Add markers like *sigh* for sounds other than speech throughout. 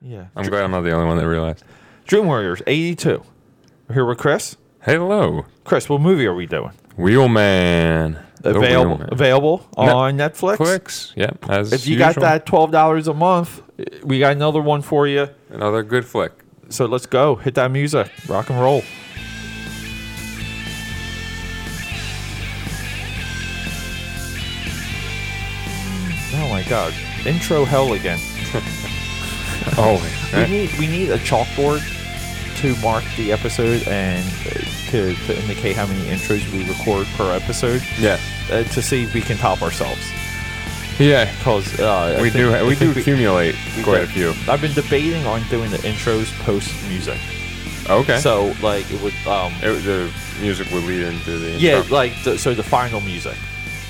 Yeah. I'm glad I'm not the only one that realized. Dream Warriors 82. We're here with Chris. Hello, Chris, what movie are we doing? Wheelman. The Available Wheelman. available on Netflix. Clicks. Yep. As If you got usual. that twelve dollars a month, we got another one for you. another good flick. So let's go. Hit that music. Rock and roll. Oh my god. Intro hell again. Oh, We need we need a chalkboard to mark the episode and uh, to, to indicate how many intros we record per episode yeah, uh, to see if we can top ourselves. yeah. Because uh, I we think- do. I We do think accumulate quite a few. I've been debating on doing the intros post music. Okay. So like it would um It- the music would lead into the yeah intro. like the, so the final music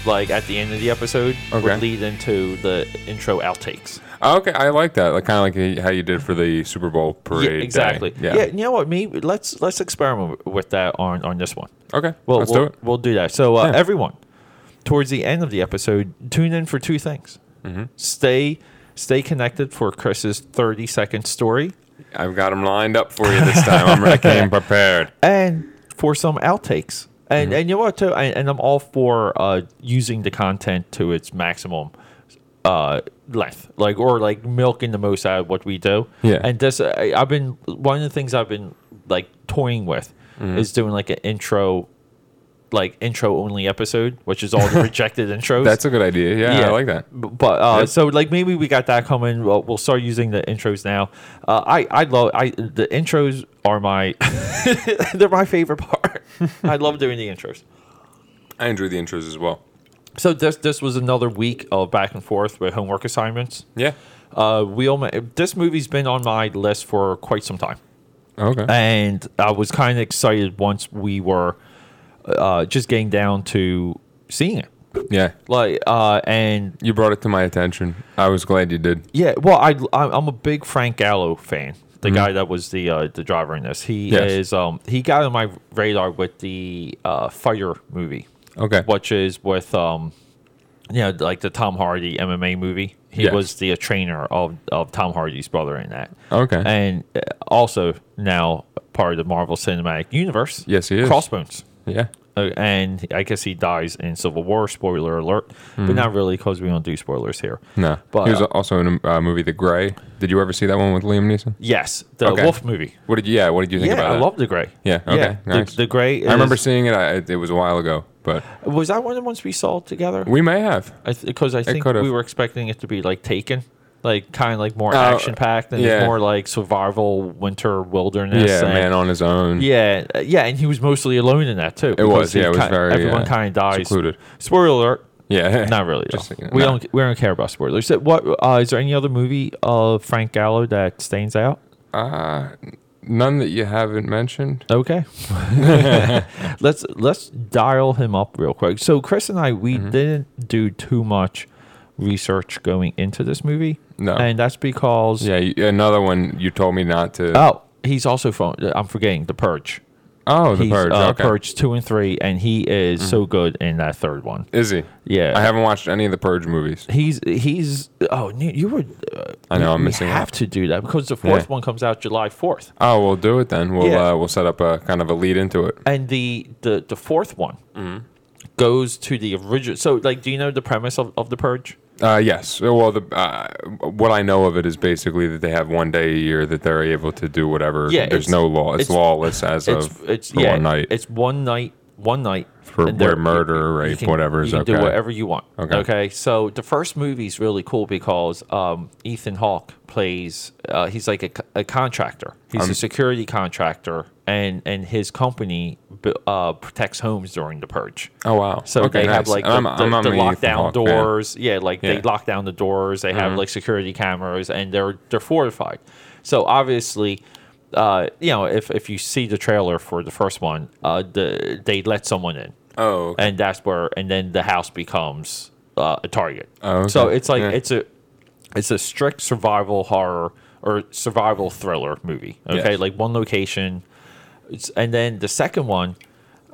like at the end of the episode Okay. would lead into the intro outtakes. Oh, okay, I like that. Like kind of like the- how you did for the Super Bowl parade. Yeah, day. exactly. Yeah. yeah. You know what? Maybe let's let's experiment with that on on this one. Okay. Well, let's we'll, do it. we'll do that. So, uh, Yeah. everyone, towards the end of the episode, tune in for two things. Mm-hmm. Stay stay connected for Chris's 30 second story I've got them lined up for you this time. I'm, *laughs* I came prepared. and for some outtakes. Mm-hmm. And, and you know what, too? And, and I'm all for uh, using the content to its maximum uh, length, like, or like milking the most out of what we do. Yeah. And this, I, I've been, one of the things I've been like toying with Mm-hmm. is doing like an intro, like intro only episode, which is *laughs* all the rejected intros. That's a good idea. Yeah, I like that. B- But uh, Yep. so like maybe we got that coming. We'll, we'll start using the intros now. Uh, I I love I the intros are my *laughs* they're my favorite part. I love doing the intros. I enjoy the intros as well. So this this was another week of back and forth with homework assignments. Yeah. Uh, Wheelman. This movie's been on my list for quite some time. Okay. and I was kind of excited once we were uh, just getting down to seeing it. yeah. Like, uh, and You brought it to my attention. I was glad you did. yeah, well, I I'm I'm a big Frank Gallo fan. The guy that was the uh, the driver in this, he Mm-hmm. Yes. is um he got on my radar with the uh, Fire movie, Okay. which is with um you know like the Tom Hardy MMA movie. He Yes. was the trainer of of Tom Hardy's brother in that. Okay. and uh, also now part of the Marvel Cinematic Universe. Yes, he is. Crossbones. yeah. Uh, and I guess he dies in Civil War. Spoiler alert, Mm-hmm. but not really because we don't do spoilers here. No. but he was uh, also in a uh, movie, The Gray. Did you ever see that one with Liam Neeson? yes, the Okay. Wolf movie. What did you? Yeah. What did you think Yeah, about I it? love the Gray. Yeah, okay, the, nice. the Gray. I remember is- seeing it. I, it was a while ago, but Was that one of the ones we saw together? we may have. Because I, think could've. we were expecting it to be like Taken, like kind of like more Oh, action packed and yeah. more like survival, winter wilderness. yeah, and- man on his own. Yeah, uh, yeah, and he was mostly alone in that too. It because was, he yeah, it was ki- very, Everyone uh, kind of dies. secluded. Spoiler alert. Yeah. Not really. Just though. thinking- we no. don't we don't care about spoilers. So What uh, is there any other movie of Frank Gallo that stands out? None that you haven't mentioned. Okay, *laughs* let's let's dial him up real quick. So Chris and I we Mm-hmm. didn't do too much research going into this movie. No. and that's because Yeah. You, another one you told me not to. oh he's also from I'm forgetting The Purge. oh, the he's, purge. Uh, okay. Mm-hmm. Purge two and three, and he is so good in that third one. Is he? Yeah. I haven't watched any of the *laughs* Purge movies. He's he's oh you, you were uh, I know, we- I'm we missing out. have to do that because the fourth Yeah. one comes out July fourth, Oh, we'll do it then. We'll Yeah. uh, we'll set up a kind of a lead into it. and the the the fourth one Mm-hmm. goes to the original. So like, do you know the premise of, of the purge? Uh, yes. Well, the uh, what I know of it is basically that they have one day a year that they're able to do whatever. Yeah, it's- There's no law. It's, it's- lawless as It's of it's for yeah, one night. It's one night, one night For and they're- where murder, you rape, can- whatever is you can okay. Do whatever you want. Okay. Okay. So the first movie's really cool because um, Ethan Hawke plays. Uh, he's like a, c- a contractor. He's Um, a security contractor, and and his company bu- uh, protects homes during the purge. oh wow. So okay, they have nice. like the, And the, I'm the an Ethan lockdown Hawke fan. doors. Yeah, like Yeah. Mm-hmm. they lock down the doors. They have like security cameras, and they're they're fortified. So obviously, uh, you know, if if you see the trailer for the first one, uh, the they let someone in, Oh. okay. and that's where, and then the house becomes uh, a target. Oh, okay. So it's like Yeah. it's a it's a strict survival horror or survival thriller movie. Okay, Yes. like one location, it's, and then the second one,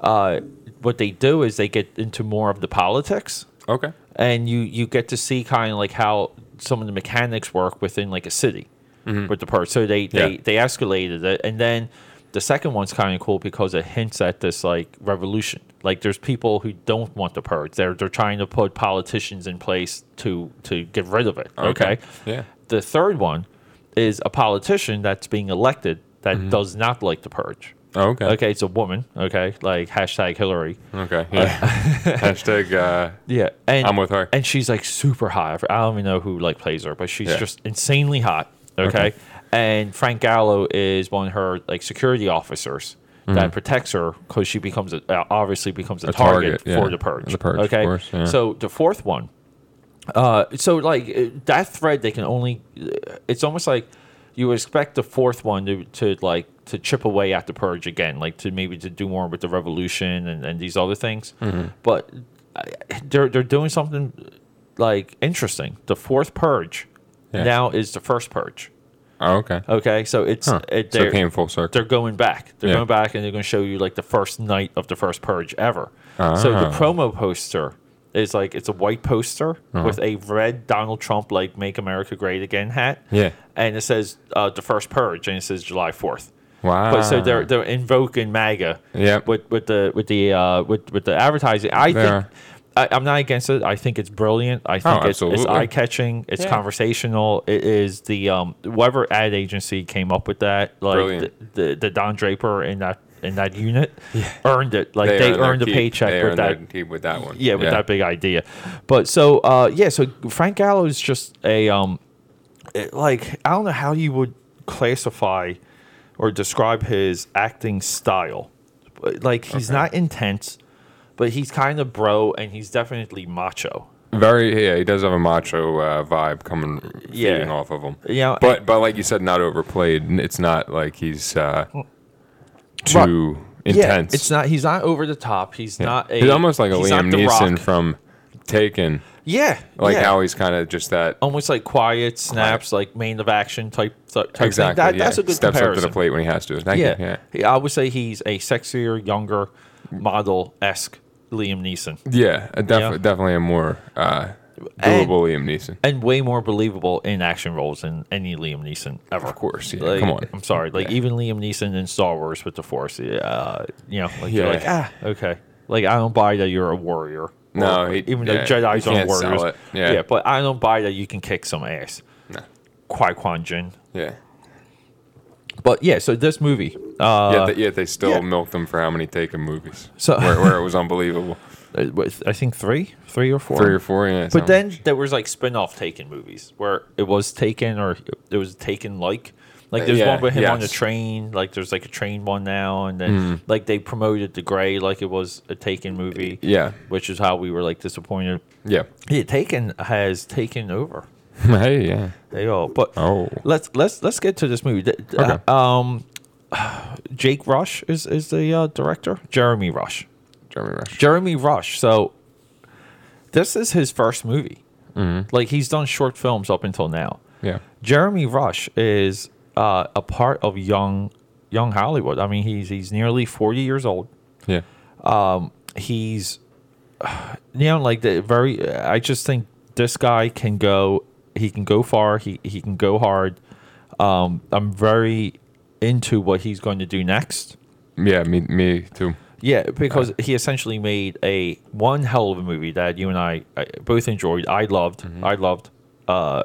uh, what they do is they get into more of the politics, Okay. and you you get to see kind of like how some of the mechanics work within like a city. with the purge. So they they, Yeah. they escalated it, and then the second one's kind of cool because it hints at this like revolution. Like there's people who don't want the purge. They're they're trying to put politicians in place to to get rid of it. Okay. Yeah. The third one is a politician that's being elected that does not like the purge. Oh, okay. Okay, it's a woman. Okay, like hashtag Hillary. Okay. *laughs* Yeah. Hashtag. Uh, Yeah, and I'm with her. and she's like super hot. I don't even know who like plays her, but she's Yeah. just insanely hot. Okay? Okay. and Frank Gallo is one of her like security officers Mm-hmm. that protects her because she becomes a, uh, obviously becomes a, target, target, yeah. for the purge. The Purge, of Okay, course, yeah. so the fourth one. Uh, so like uh, that thread, they can only. uh, It's almost like you would expect the fourth one to, to like to chip away at the purge again, like to maybe to do more with the revolution and, and these other things. Mm-hmm. But uh, they're they're doing something like interesting. The fourth purge Yeah. now is the first purge. oh, okay. Okay, so it's Huh. it, so they're, it came full circle. they're going back. They're Yeah. going back, and they're going to show you like the first night of the first purge ever. So the Ah. promo poster is like it's a white poster Uh-huh. with a red Donald Trump like "Make America Great Again" hat. Yeah. and it says uh, the first purge, and it says July fourth. Wow. But so they're they're invoking MAGA. Ah. Yep. With with the with the uh, with with the advertising, I They think. are. I, I'm not against it. I think it's brilliant. I think it's, it's Oh, absolutely. eye catching. It's Yeah. conversational. It is the um whoever ad agency came up with that. Like the, Brilliant. the the Don Draper in that in that unit earned it. Like they, earn earned, their a keep. paycheck They with earn that their keep with that one. yeah, with that big idea. But so uh, yeah, so Frank Gallo is just a um, it- like I don't know how you would classify or describe his acting style. But, Like he's not intense, but he's kind of bro, and he's definitely macho. Very. Yeah. He does have a macho uh, vibe coming Yeah. feeding off of him. You know, But but like you said, not overplayed. N- It's not like he's uh, too intense. Yeah, it's not. He's not over the top. He's not. A, he's almost like a he's Liam not The Neeson Rock. from Taken. yeah, Like yeah. Oh, how he's kind of just that. almost like quiet snaps, like main of action type. type thing. exactly. That, yeah. That's a good Steps comparison. up to the plate when he has to. Thank Yeah. you. *laughs* Yeah. He- I would say he's a sexier, younger, model esque Liam Neeson Yeah, a def- Yeah. definitely a more uh, And- doable Liam Neeson. and way more believable in action roles than any Liam Neeson ever. Of course, yeah. Like, come on. I'm sorry. Like, even Liam Neeson in Star Wars with the Force, uh, you know, like, you're Yeah. like, ah, okay. Like, I don't buy that you're a warrior. No, Or- he- even though yeah, Jedi's he aren't can't sell warriors. it. Yeah. but I don't buy that you can kick some ass. No. Qui Gon Jinn. Yeah, But yeah, so this movie, uh, yet, they, yet they still yeah. milked them for how many Taken movies, So- where, where it was unbelievable, with, *laughs* I think three, three or four, three or four. Yeah, But then there was like spin-off Taken movies where it was Taken or it was Taken like. Like there's Uh, Yeah, one with him on the yes. Mm. train. Like there's like a train one now, and then like they promoted the Gray like it was a Taken movie. yeah, which is how we were like disappointed. *laughs* yeah, Yeah, Taken has taken over. hey, yeah, They all. But Oh. let's let's let's get to this movie. Th- th- Okay. uh, um, *sighs* Jake Rush is is the uh, director. Jeremy Rush. Jeremy Rush. Jeremy Rush. So this is his first movie. Like he's done short films up until now. Yeah, Jeremy Rush is uh, a part of young young Hollywood. I mean, he's he's nearly forty years old. yeah, He's *sighs* you know like the very. I just think this guy can go. He can go far. He he can go hard. Um, I'm very into what he's going to do next. yeah. Me, me too. Yeah, because he essentially made a one hell of a movie that you and I uh, both enjoyed. I loved. I loved. Uh,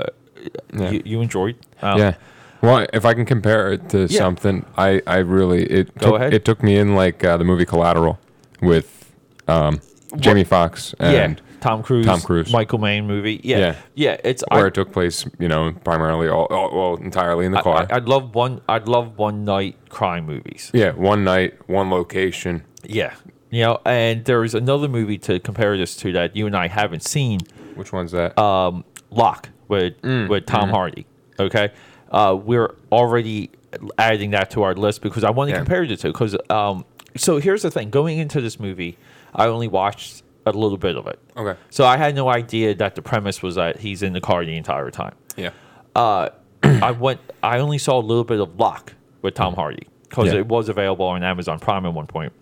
Yeah. you, you enjoyed. Um, yeah. Well, if I can compare it to Yeah. something, I, I really it Go took, ahead. it took me in like uh, the movie Collateral with um, Jamie Foxx and yeah. Tom Cruise. Tom Cruise. Michael Mann movie. Yeah. Yeah. Yeah. it's. where I, it took place, you know, primarily all, all well entirely in the car. I, would love one. I'd love one night crime movies. yeah, one night, one location. Yeah. You know, and there is another movie to compare this to that you and I haven't seen. Which one's that? um, Lock with Mm, mm-hmm. with Tom Hardy. Okay, uh, we're already adding that to our list because I want to Yeah. compare the two. Because um, so here's the thing: going into this movie, I only watched a little bit of it. okay. So I had no idea that the premise was that he's in the car the entire time. Yeah. Uh, *clears throat* I went. I only saw a little bit of Lock with Tom Hardy because Mm. Yeah. it was available on Amazon Prime at one point.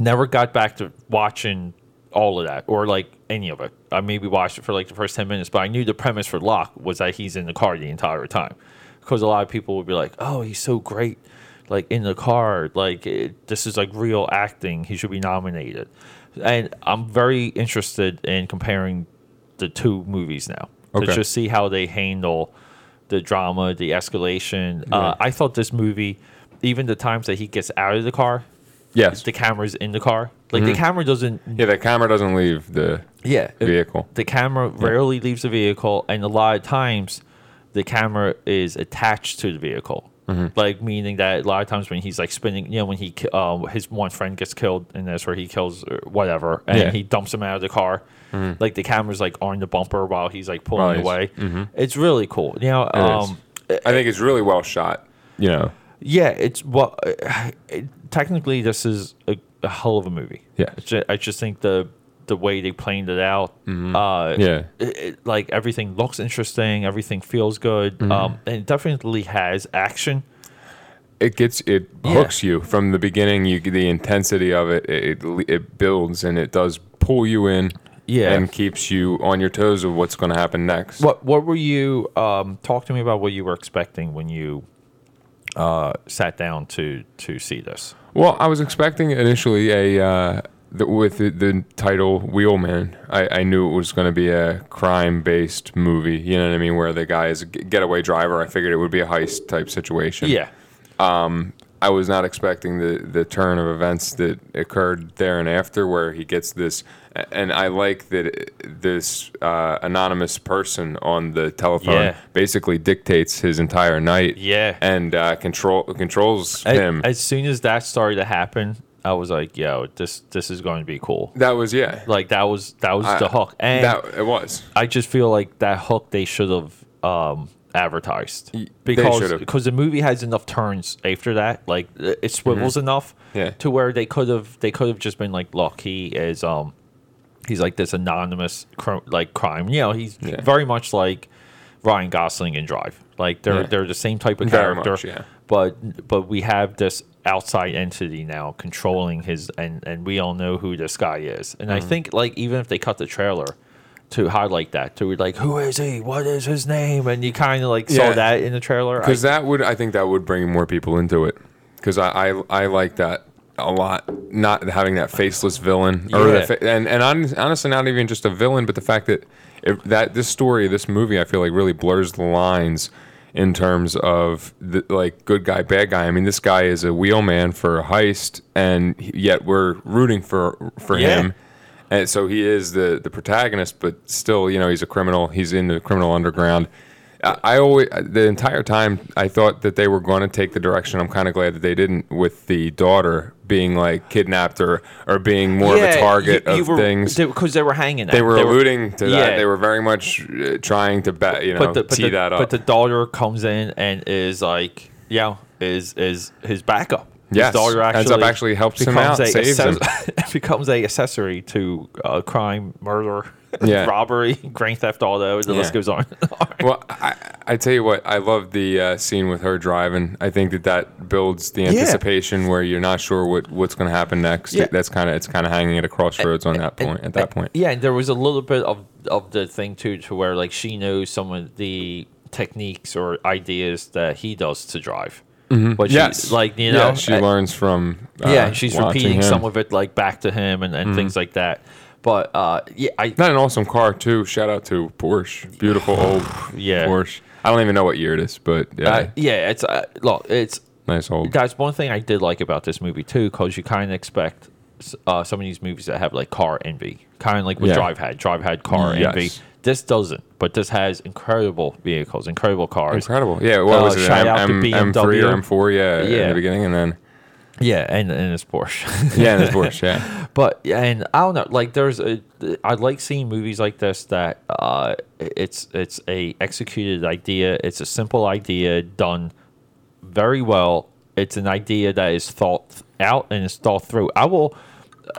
Never got back to watching all of that or like any of it. I maybe watched it for like the first ten minutes, but I knew the premise for Lock was that he's in the car the entire time because a lot of people would be like, "Oh, he's so great." Like in the card, like it, this is like real acting. He should be nominated, and I'm very interested in comparing the two movies now Okay. to just see how they handle the drama, the escalation. Uh, I thought this movie, even the times that he gets out of the car, Yes. the camera's in the car. Like Mm-hmm. the camera doesn't. yeah, the camera doesn't leave the Yeah, it- vehicle. the camera rarely leaves the vehicle, and a lot of times the camera is attached to the vehicle. Mm-hmm. Like meaning that a lot of times when he's like spinning, you know, when he ki- um, his one friend gets killed, and that's where he kills or whatever, and Yeah. Mm-hmm. he dumps him out of the car. Like the camera's like on the bumper while he's like pulling While he's- Mm-hmm. away. It's really cool. You know, It is. um, I think it's really well shot. You know. yeah, it's well. *sighs* It, technically, this is a, a hell of a movie. Yeah. It's ju- I just think the the way they planed it out, uh, Yeah. it, it- like everything looks interesting, everything feels good, um, and it definitely has action. It gets it Yeah. hooks you from the beginning. You the intensity of it, it it it builds and it does pull you in. Yeah. And keeps you on your toes of what's going to happen next. What what were you um, talk to me about what you were expecting when you uh, sat down to to see this? Well, I was expecting initially a uh, the, with the, the title Wheelman. I, I knew it was going to be a crime-based movie. You know what I mean? Where the guy is a g- getaway driver. I figured it would be a heist type situation. Yeah, I was not expecting the the turn of events that occurred there and after, where he gets this. And I like that this uh, anonymous person on the telephone Yeah. basically dictates his entire night. Yeah. And uh, control controls A- him. as soon as that started to happen, I was like, "Yo, this this is going to be cool." that was yeah. Like that was that was the hook, and that it was. I just feel like that hook they should have um, advertised they because should've. because the movie has enough turns after that, like it it swivels enough Mm-hmm. Yeah. to where they could have they could have just been like, look, he is um he's like this anonymous cr- like crime, you know, he's Yeah. very much like Ryan Gosling in Drive, like they're Yeah. they're the same type of Very character, much, yeah. but but we have this outside entity now controlling his and and we all know who this guy is and Mm. i think like even if they cut the trailer to highlight that to be like who is he what is his name and you kind of like Yeah. saw that in the trailer I, because that would I think that would bring more people into it because I, I I like that a lot not having that faceless villain or the Yeah. fa- and and hon- honestly not even just a villain but the fact that if that this story this movie I feel like really blurs the lines in terms of the, like good guy bad guy I mean this guy is a wheelman for a heist and yet we're rooting for for Yeah. him and so he is the the protagonist, but still, you know, he's a criminal. He's in the criminal underground. I, I always the entire time I thought that they were going to take the direction. I'm kind of glad that they didn't with the daughter being like kidnapped or or being more of a target of things. They, because they were hanging out. were alluding to that. yeah. They were very much uh, trying to bet, you know, but the, but, tee the, that up. but the daughter comes in and is like yeah is is his backup Yes. his daughter Ends actually up actually helps him becomes out, saves him. *laughs* becomes a accessory to uh, crime murder *laughs* Yeah. robbery grand theft auto the Yeah. list goes on *laughs* Well, I, I tell you what, I love the uh, scene with her driving. I think that that builds the anticipation where you're not sure what, what's going to happen next. Yeah. That's kind of it's kind of hanging at a crossroads on that point. At that point, Yeah, and there was a little bit of of the thing too, to where like she knows some of the techniques or ideas that he does to drive. But she- Mm-hmm. yes, like you know, yeah, she uh, learns from uh, yeah, and she's watching repeating him. Mm-hmm. some of it like back to him and, and things like that. But uh, yeah, I Not an awesome car too. Shout out to Porsche, beautiful *sighs* old Yeah. Porsche. I don't even know what year it is, but yeah, I- yeah, it's uh, look, it's nice old. that's one thing I did like about this movie too, because you kind of expect s- uh, some of these movies that have like car envy, kind of like what Yeah. Mm, Drive had. Drive had car Yes. envy. This doesn't, but this has incredible vehicles, incredible cars. Incredible. Yeah, what Uh, was it? shout M- out to M- BMW. M3 or M4? Yeah, in Yeah. the beginning, and then Yeah, and and it's Porsche. *laughs* yeah, and it's Porsche. Yeah. but and I don't know, like there's a I like seeing movies like this that uh it's it's a executed idea, it's a simple idea done very well. It's an idea that is thought out and is thought through. I will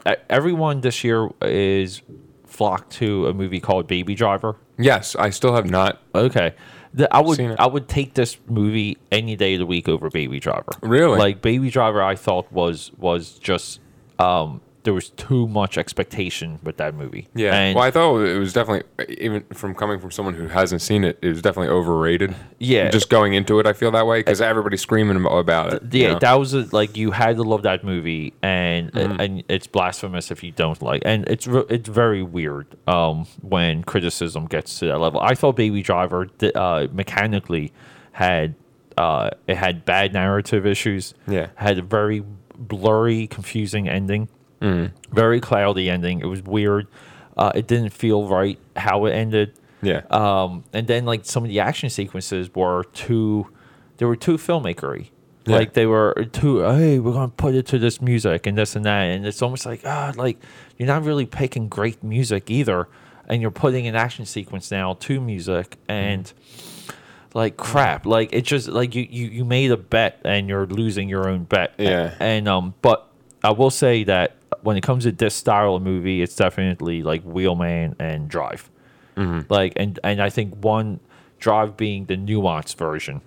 e- everyone this year is flocked to a movie called Baby Driver. Yes, I still have not Okay. The, I would Seen it. I would take this movie any day of the week over Baby Driver. Really? Like Baby Driver I thought was was just um there was too much expectation with that movie. Yeah. And- well, I thought it was definitely even from coming from someone who hasn't seen it, it was definitely overrated. Yeah. Uh, Just going into it, I feel that way because everybody's screaming ab- about it. you yeah, know? that was a, like you had to love that movie, and and it's blasphemous if you don't like, and it's re- it's very weird um, when criticism gets to that level. I thought Baby Driver di- uh, mechanically had uh, it had bad narrative issues. Yeah. had a very blurry, confusing ending, very cloudy ending. It was weird. Uh, it didn't feel right how it ended. yeah. Um, and then like some of the action sequences were too, they were too filmmakery. Yeah. Like they were too. Hey, we're gonna put it to this music and this and that, and it's almost like ah, like you're not really picking great music either, and you're putting an action sequence now to music Mm-hmm. and. Like crap, like it just like you, you you made a bet and you're losing your own bet. Yeah. and um, but I will say that when it comes to this style of movie, it's definitely like Wheelman and Drive Mm-hmm. like and and I think one drive being the nuanced version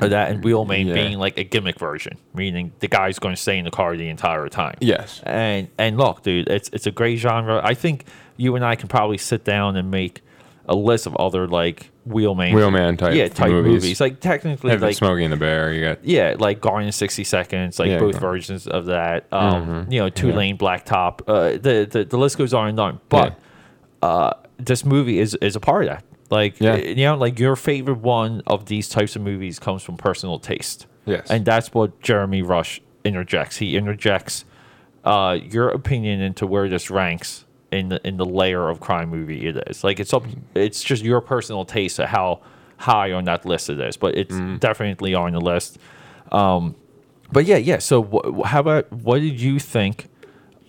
of that, and wheelman Yeah. being like a gimmick version, meaning the guy's going to stay in the car the entire time. Yes. And and look, dude, it's it's a great genre. I think you and I can probably sit down and make a list of other like wheelman Wheelman type yeah type movies, movies. like technically Have like Smokey and the Bear. You got yeah, like Garden in 60 Seconds, like Yeah, Mm-hmm. both Gar- versions of that. Um, You know, Two Lane Blacktop. Uh, the, the the list goes on and on. But uh, this movie is is a part of that. Like Yeah. you know, like your favorite one of these types of movies comes from personal taste. Yes. and that's what Jeremy Rush interjects. He interjects uh, your opinion into where this ranks in the in the layer of crime movie it is. Like it's up, it's just your personal taste of how high on that list it is, but it's definitely on the list. Um, but yeah, yeah. So wh- wh- how about what did you think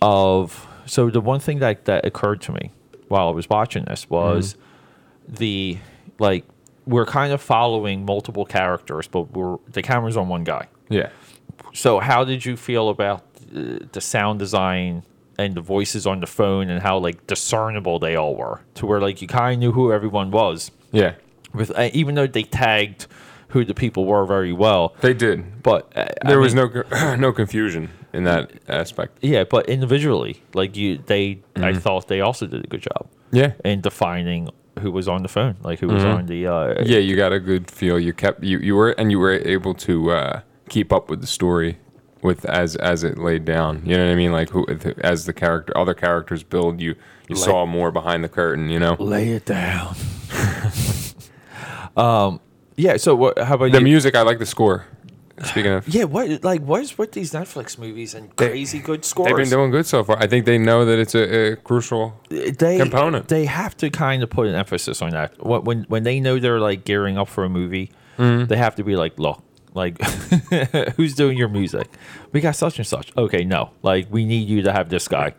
of? So the one thing that that occurred to me while I was watching this was the like we're kind of following multiple characters, but we're the camera's on one guy. yeah. So, how did you feel about uh, the sound design and the voices on the phone and how like discernible they all were? To where like you kind of knew who everyone was, Yeah. with uh, even though they tagged who the people were very well, They did. but uh, I there was mean, no *clears throat* no confusion in that aspect. yeah, but individually, like you, they I Mm-hmm. thought they also did a good job Yeah. in defining who was on the phone, like who was Mm-hmm. on the uh, Yeah, you got a good feel. You kept you, you were and you were able to uh, keep up with the story with as as it laid down. You know what I mean? Like who as the character other characters build, you you saw more behind the curtain. You know, lay it down. *laughs* um, yeah. So, what? How about the you? music. I like the score. Speaking of, Yeah, what like what is with these Netflix movies and crazy good scores? they've been doing good so far. I think they know that it's a, a crucial. Uh, they component. They have to kind of put an emphasis on that. Wh- When when they know they're like gearing up for a movie, Mm-hmm. they have to be like, look, like *laughs* who's doing your music? We got such and such. Okay, no, like we need you to have this *clears throat* guy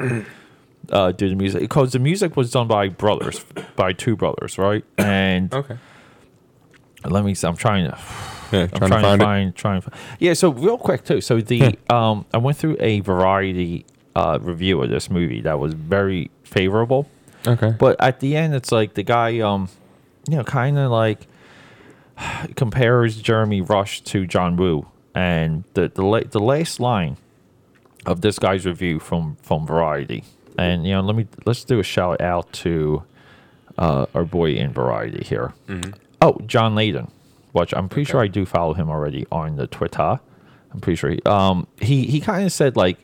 uh, do the music because the music was done by brothers, by two brothers, right? And Okay. let me. I'm trying to. Yeah, I'm trying, to find, trying to find. Yeah, so real quick too. So the um, I went through a variety uh, review of this movie that was very favorable, it. Okay. but at the end, it's like the guy, um, you know, kind of like *sighs* compares Jeremy Rush to John Woo, and the the, la- the last line of this guy's review from from Variety, and you know, let me let's do a shout out to uh, our boy in Variety here. Oh, John Layden, which I'm pretty sure I do follow him already on the Twitter. I'm pretty sure. He, um, he he kind of said like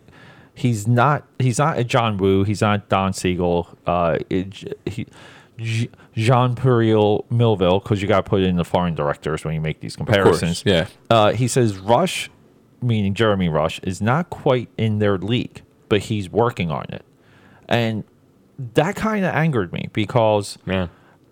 he's not he's not a John Woo, he's not Don Siegel, uh, it, j- he. J- Jean Puriel Millville, because you got to put in the foreign directors when you make these comparisons. yeah. Uh, he says Rush, meaning Jeremy Rush, is not quite in their league, but he's working on it. And that kind of angered me because Yeah.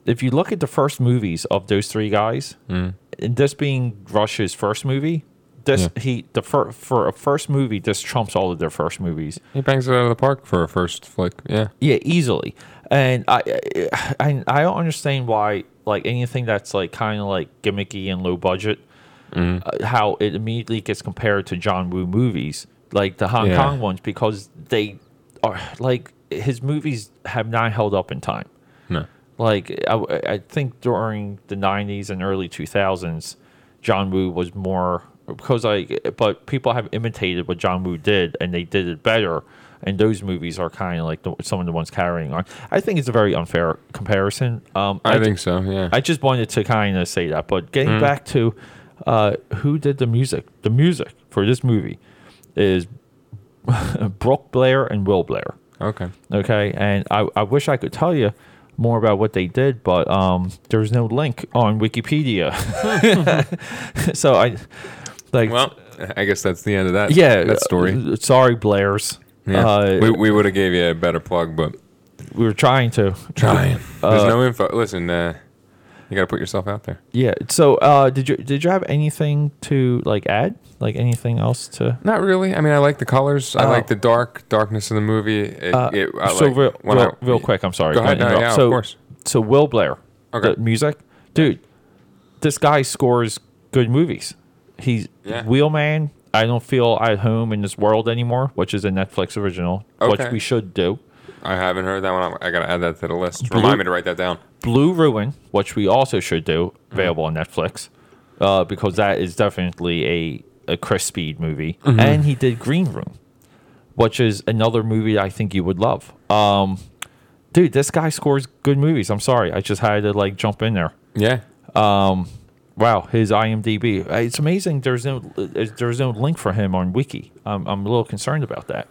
if you look at the first movies of those three guys, and this being Rush's first movie, this he the fir- for a first movie this trumps all of their first movies. He bangs it out of the park for a first flick. Yeah. Yeah, easily. And I, I- I, I don't understand why like anything that's like kind of like gimmicky and low budget, uh, how it immediately gets compared to John Woo movies, like the Hong Yeah. Kong ones, because they are like his movies have not held up in time. No. Like I, I think during the '90s and early 2000s, John Woo was more because I but people have imitated what John Woo did and they did it better. and those movies are kind of like the, some of the ones carrying on. I think it's a very unfair comparison. Um, I, ju- think Mm-hmm. so. Yeah. I just wanted to kind of say that. But getting back to uh, who did the music, the music for this movie is *laughs* Brooke Blair and Will Blair. okay. Okay, and I, I wish I could tell you more about what they did, but um, there's no link on Wikipedia. *laughs* so I like Well, I guess that's the end of that. yeah That story. uh, sorry, Blairs. Yeah. Uh, we we would have gave you a better plug, but we were trying to trying. There's no info. Listen, uh, you got to put yourself out there. Yeah. So, uh, did you did you have anything to like add? Like anything else to? Not really. I mean, I like the colors. I Oh. like the dark darkness of the movie. It, it, I uh, so like- real, when real, I- real quick. I'm sorry. Go ahead. to No, interrupt. yeah, so, of course. So Will Blair. Okay. The music, dude. This guy scores good movies. He's Yeah. Wheelman. I don't feel at home in this world anymore, which is a Netflix original, Okay. which we should do. I haven't heard that one. I got to add that to the list. Blue- Remind me to write that down. Blue Ruin, which we also should do, available on Netflix, uh, because that is definitely a, a Chris Speed movie. And he did Green Room, which is another movie I think you would love. Um, dude, this guy scores good movies. I'm sorry, I just had to like jump in there. Yeah. Wow, his IMDb. Uh, It's amazing. There's no there's no link for him on Wiki. I'm, I'm a little concerned about that.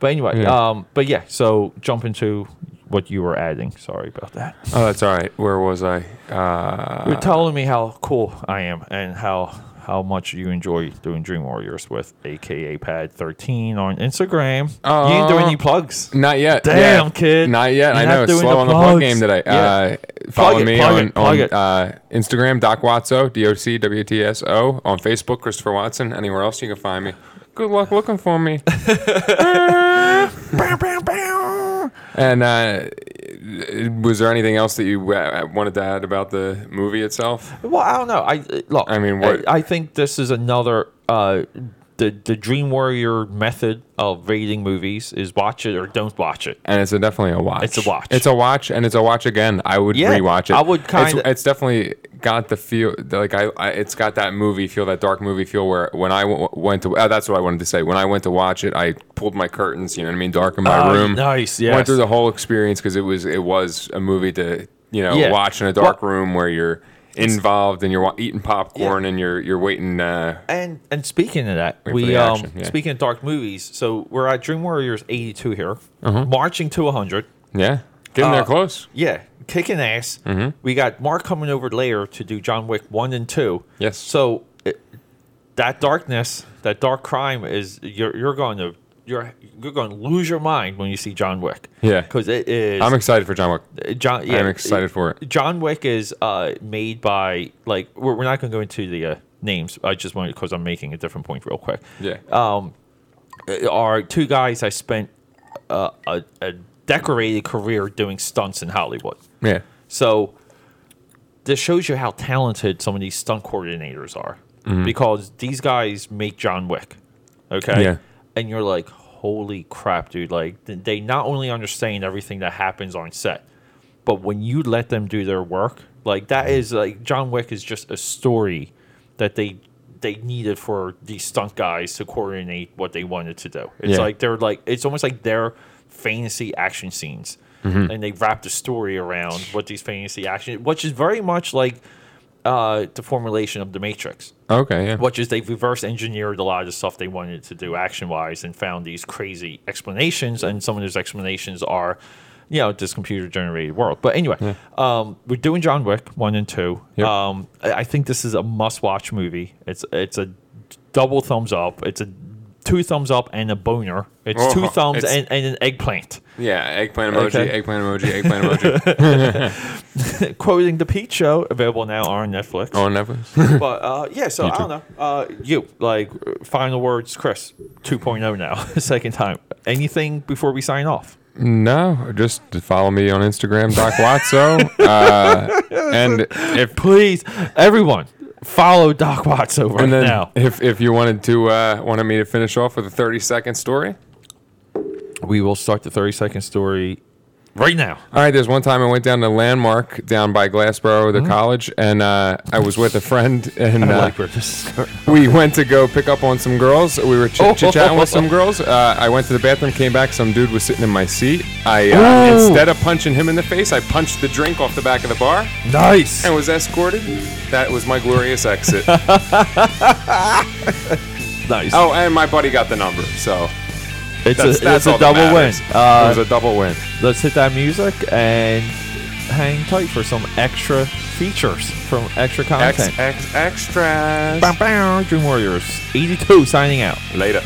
But anyway, Yeah. um, but yeah. So jump into what you were adding. Sorry about that. Oh, that's all right. Where was I? Uh, You're telling me how cool I am and how how much you enjoy doing Dream Warriors with AKA Pad 13 on Instagram. you didn't do Uh, any *laughs* plugs. not yet. Damn, Yeah. kid. Not yet. You're I not know. doing Slow the on the plug plugs. game today. Yeah. Uh, follow it, me plug on, it, plug on it. uh, Instagram, Doc Watso, D O C W T S O. On Facebook, Christopher Watson. Anywhere else you can find me. Good luck looking for *laughs* me. Bow, bow, bow. And uh, was there anything else that you uh, wanted to add about the movie itself? Well, I don't know. I uh, look. I mean, what- I, I think this is another uh, the the Dream Warrior method of rating movies is watch it or don't watch it. And it's a, definitely a watch. It's a watch. It's a watch, and it's a watch again. I would Yeah, rewatch it. I would It's, kinda- it's definitely got the feel. Like I, I, it's got that movie feel, that dark movie feel. Where when I w- went to, oh, that's what I wanted to say. When I went to watch it, I pulled my curtains. You know what I mean? Darkened my Oh, room. nice, Went through yes. the whole experience because it was it was a movie to you know Yeah. watch in a dark room where you're involved and you're wa- eating popcorn and you're you're waiting. Uh, And and speaking of that, for we the um action, yeah. speaking of dark movies, so we're at Dream Warriors 82 here, Uh-huh. marching to 100. yeah, getting there Uh, close. Yeah, kicking ass. Mm-hmm. We got Mark coming over later to do John Wick one and two. Yes. So it, that darkness, that dark crime is you're you're going to you're you're going to lose your mind when you see John Wick. Yeah. Because it is I'm excited for John Wick. uh, John. Yeah, I'm excited for it. John Wick is uh, made by like we're, we're not going to go into the uh, names. I just wanted because I'm making a different point real quick Yeah. are two guys I spent uh, a, a decorated career doing stunts in Hollywood. yeah. So this shows you how talented some of these stunt coordinators are because these guys make John Wick. Okay. Yeah. And you're like, holy crap, dude. Like, th- they not only understand everything that happens on set, but when you let them do their work, like, that is like John Wick is just a story that they. They needed for these stunt guys to coordinate what they wanted to do. It's Yeah. like they're like it's almost like their fantasy action scenes, and they wrap the story around what these fantasy action, which is very much like uh, the formulation of the Matrix, Okay. Yeah. which is they reverse engineered a lot of the stuff they wanted to do action wise and found these crazy explanations. And some of those explanations are, you know, this computer generated world. But anyway, um, we're doing John Wick one and two. Yep. Um, I I think this is a must watch movie. It's it's a double thumbs up. It's a two thumbs up and a boner. It's Oh, two thumbs it's- and, and an eggplant. Yeah, eggplant emoji, Okay. eggplant emoji, eggplant *laughs* *laughs* emoji Quoting the Pete Show, available now on Netflix. on Netflix. But uh, yeah, so I don't know. Uh, you like uh, final words, Chris 2.0 now, *laughs* second time. Anything before we sign off? *laughs* no, just follow me on Instagram, Doc Watso. Uh, and if Please, everyone, follow Doc Watso right and then now. if if you wanted to uh, wanted me to finish off with a thirty second story, We will start the 30 second story right now. All right, there's one time I went down to Landmark down by Glassboro, the college, and uh, I was with a friend, and I uh, like where this is going. we went to go pick up on some girls. We were chit chatting with some girls. Uh, I went to the bathroom, came back. Some dude was sitting in my seat. I uh, instead of punching him in the face, I punched the drink off the back of the bar *laughs* Nice. and was escorted. That was my glorious exit. *laughs* Nice. oh, and my buddy got the number, so it's that's, a, it's that's a all that double win. matters. Uh, it was a double win. let's hit that music and hang tight for some extra features from extra X content. X extras. Bow, bow, Dream Warriors 82 signing out. Later.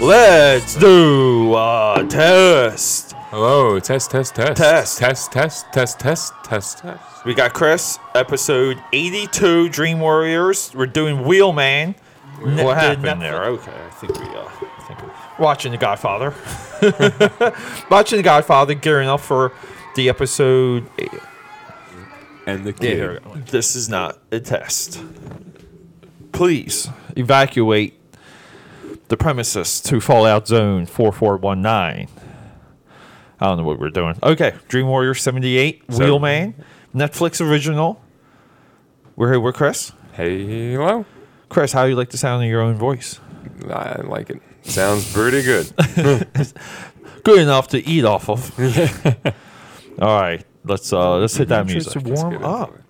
Let's do a test. Hello. Test. Test. Test. Test. Test. Test. Test. Test. Test. Test. We got Chris, episode 82 Dream Warriors. We're doing Wheelman. What the happened Netflix- there? Okay, I think we. Uh, I think we Watching The Godfather. *laughs* Watching The Godfather, gearing up for the episode. And the Yeah, kid. here we go. This is not a test. Please evacuate the premises to Fallout Zone 4419. I don't know what we're doing. Okay, Dream Warrior 78, So- Wheelman, Netflix original. We're here with Chris. Hello. Chris, how do you like the sound of your own voice? I like it. Sounds pretty good. Good enough to eat off *laughs* of. All right, let's uh let's hit that music. Let's get warm into up. it.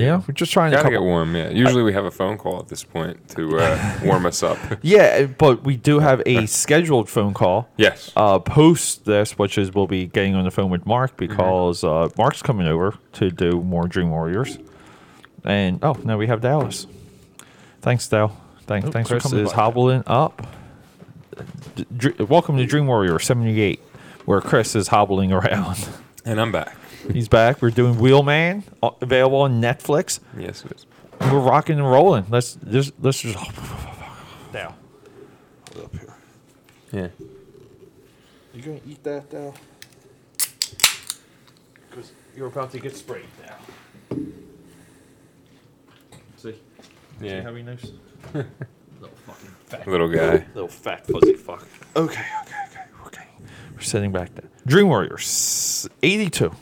Yeah, we're just trying to Gotta couple- get warm, yeah. Usually we have a phone call at this point to uh, warm us up. *laughs* Yeah, but we do have a scheduled phone call. Yes. Uh, post this, which is we'll be getting on the phone with Mark Mm-hmm. because uh, Mark's coming over to do more Dream Warriors. And oh, now we have Dallas. Thanks, Dal. Thanks, Oh, thanks Chris for coming. is Is hobbling up. D- dr- welcome to Dream Warrior '78, where Chris is hobbling around. *laughs* And I'm back. He's back. We're doing Wheelman, uh, available on Netflix. Yes, it is. We're rocking and rolling. Let's just let's just. *sighs* Dal. put it up here. Yeah. You gonna eat that though? Because you're about to get sprayed now. See? See how Yeah. he *laughs* knows? little fucking fat. Little guy. Little fat fuzzy fuck. Okay, okay, okay, okay. We're sitting back down. Dream Warriors, 82.